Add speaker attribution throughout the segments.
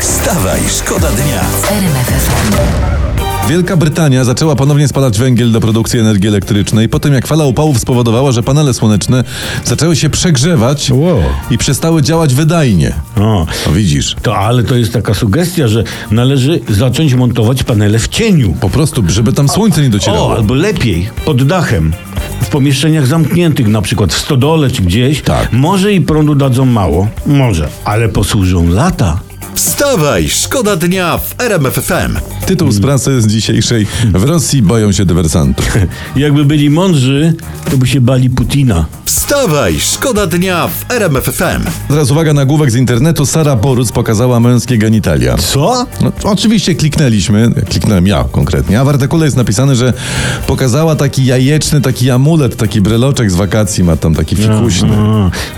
Speaker 1: Wstawaj, szkoda dnia.
Speaker 2: Wielka Brytania zaczęła ponownie spalać węgiel do produkcji energii elektrycznej po tym, jak fala upałów spowodowała, że panele słoneczne zaczęły się przegrzewać
Speaker 3: Wow.
Speaker 2: i przestały działać wydajnie.
Speaker 3: O,
Speaker 2: No widzisz,
Speaker 3: to ale to jest taka sugestia, że należy zacząć montować panele w cieniu.
Speaker 2: po prostu, żeby tam słońce nie docierało.
Speaker 3: O, albo lepiej, pod dachem. W pomieszczeniach zamkniętych, na przykład w stodole czy gdzieś.
Speaker 2: Tak.
Speaker 3: Może i prądu dadzą mało, może, ale posłużą lata.
Speaker 4: Wstawaj, szkoda dnia w RMFFM.
Speaker 2: Tytuł z prasy z dzisiejszej. W Rosji boją się dywersantów.
Speaker 3: Jakby byli mądrzy, to by się bali Putina.
Speaker 4: Wstawaj, szkoda dnia w RMFFM.
Speaker 2: Teraz uwaga na główek z internetu. Sara Boruc pokazała męskie genitalia.
Speaker 3: Co?
Speaker 2: No, oczywiście kliknęliśmy, kliknąłem ja konkretnie, a w artykule jest napisane, że pokazała taki jajeczny, taki amulet, taki breloczek z wakacji, ma tam taki fikuśny.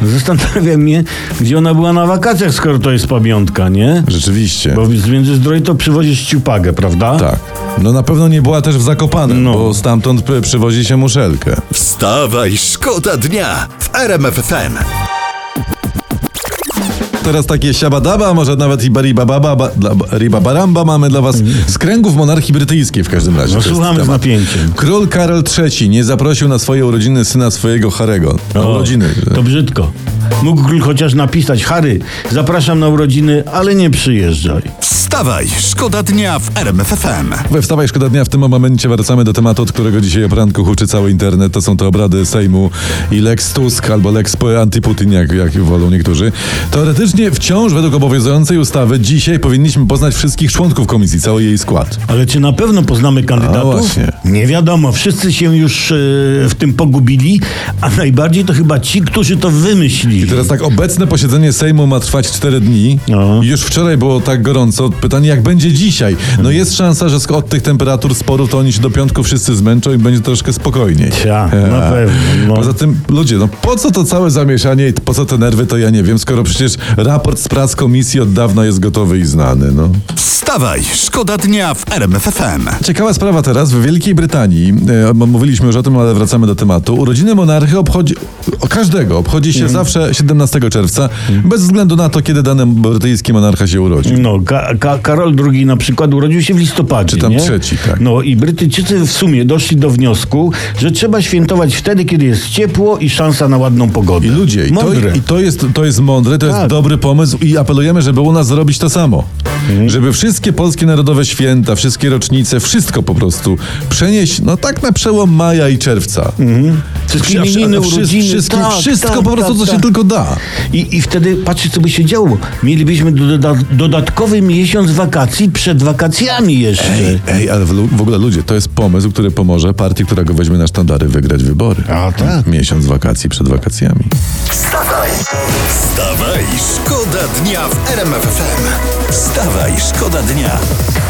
Speaker 3: A, Zastanawia mnie, gdzie ona była na wakacjach, skoro to jest pamiątka, nie?
Speaker 2: Rzeczywiście.
Speaker 3: Bo z Międzyzdroj to przywozisz ciupagę, prawda?
Speaker 2: Tak. No na pewno nie była też w Zakopanem,
Speaker 3: No.
Speaker 2: bo stamtąd pr- przywozi się muszelkę.
Speaker 4: Wstawaj, szkoda dnia w RMFFM.
Speaker 2: Teraz takie siabadaba, a może nawet i baribababa, dla- ribabaramba mamy dla was z kręgów monarchii brytyjskiej w każdym razie.
Speaker 3: Mhm. No,
Speaker 2: To jest
Speaker 3: słuchamy z
Speaker 2: temat.
Speaker 3: napięciem.
Speaker 2: Król Karol III nie zaprosił na swoje urodziny syna swojego Harego. Na
Speaker 3: O,
Speaker 2: urodziny.
Speaker 3: To brzydko. Mógł chociaż napisać, Harry, zapraszam na urodziny, ale nie przyjeżdżaj.
Speaker 4: Wstawaj, szkoda dnia w RMFFM.
Speaker 2: We Wstawaj Szkoda Dnia w tym momencie wracamy do tematu, od którego dzisiaj o poranku huczy cały internet. To są te obrady Sejmu i Lex Tusk albo Lex P- Antyputin, jak, jak wolą niektórzy. Teoretycznie wciąż według obowiązującej ustawy dzisiaj powinniśmy poznać wszystkich członków komisji, cały jej skład.
Speaker 3: Ale czy na pewno poznamy kandydatów?
Speaker 2: A, właśnie.
Speaker 3: Nie wiadomo, wszyscy się już e, w tym pogubili, a najbardziej to chyba ci, którzy to wymyślili.
Speaker 2: I teraz tak, obecne posiedzenie Sejmu ma trwać 4 dni.
Speaker 3: No.
Speaker 2: Już wczoraj było tak gorąco. Pytanie, jak będzie dzisiaj? No jest szansa, że sk- od tych temperatur sporów to oni się do piątku wszyscy zmęczą i będzie troszkę spokojniej. E,
Speaker 3: Cia, na pewno, no.
Speaker 2: Poza tym, ludzie, no po co to całe zamieszanie i po co te nerwy, to ja nie wiem, skoro przecież raport z prac komisji od dawna jest gotowy i znany, no.
Speaker 4: Wstawaj, szkoda dnia w RMFFM.
Speaker 2: Ciekawa sprawa teraz. W Wielkiej Brytanii, e, m- mówiliśmy już o tym, ale wracamy do tematu. Urodziny monarchy obchodzi, o każdego obchodzi się zawsze 17 czerwca, bez względu na to, kiedy dany brytyjski monarcha się urodził.
Speaker 3: No, ka ka Karol II na przykład urodził się w listopadzie.
Speaker 2: Czy tam
Speaker 3: nie?
Speaker 2: trzeci, tak.
Speaker 3: No i Brytyjczycy w sumie doszli do wniosku, że trzeba świętować wtedy, kiedy jest ciepło i szansa na ładną pogodę.
Speaker 2: I ludzie, i to,
Speaker 3: Mądre.
Speaker 2: i to, jest, to jest mądre, to
Speaker 3: Tak.
Speaker 2: jest dobry pomysł i apelujemy, żeby u nas zrobić to samo. Żeby wszystkie polskie narodowe święta, wszystkie rocznice, wszystko po prostu przenieść, no tak na przełom maja i czerwca.
Speaker 3: Wszystkie
Speaker 2: A wszy-
Speaker 3: imieniny,
Speaker 2: a wszy-
Speaker 3: urodziny,
Speaker 2: Mhm. wszystkie-
Speaker 3: tak,
Speaker 2: Wszystko
Speaker 3: tak,
Speaker 2: po prostu,
Speaker 3: tak,
Speaker 2: co się
Speaker 3: tak.
Speaker 2: tylko da.
Speaker 3: I, I wtedy patrzcie, co by się działo. Mielibyśmy doda dodatkowy miesiąc wakacji przed wakacjami jeszcze.
Speaker 2: Ej, ej, ale w, lu- w ogóle ludzie, to jest pomysł, który pomoże partii, która go weźmie na sztandary, wygrać wybory.
Speaker 3: A, tak.
Speaker 2: Miesiąc wakacji przed wakacjami.
Speaker 4: Wstawaj, wstawaj, szkoda dnia w RMFFM. Wstawaj, szkoda dnia.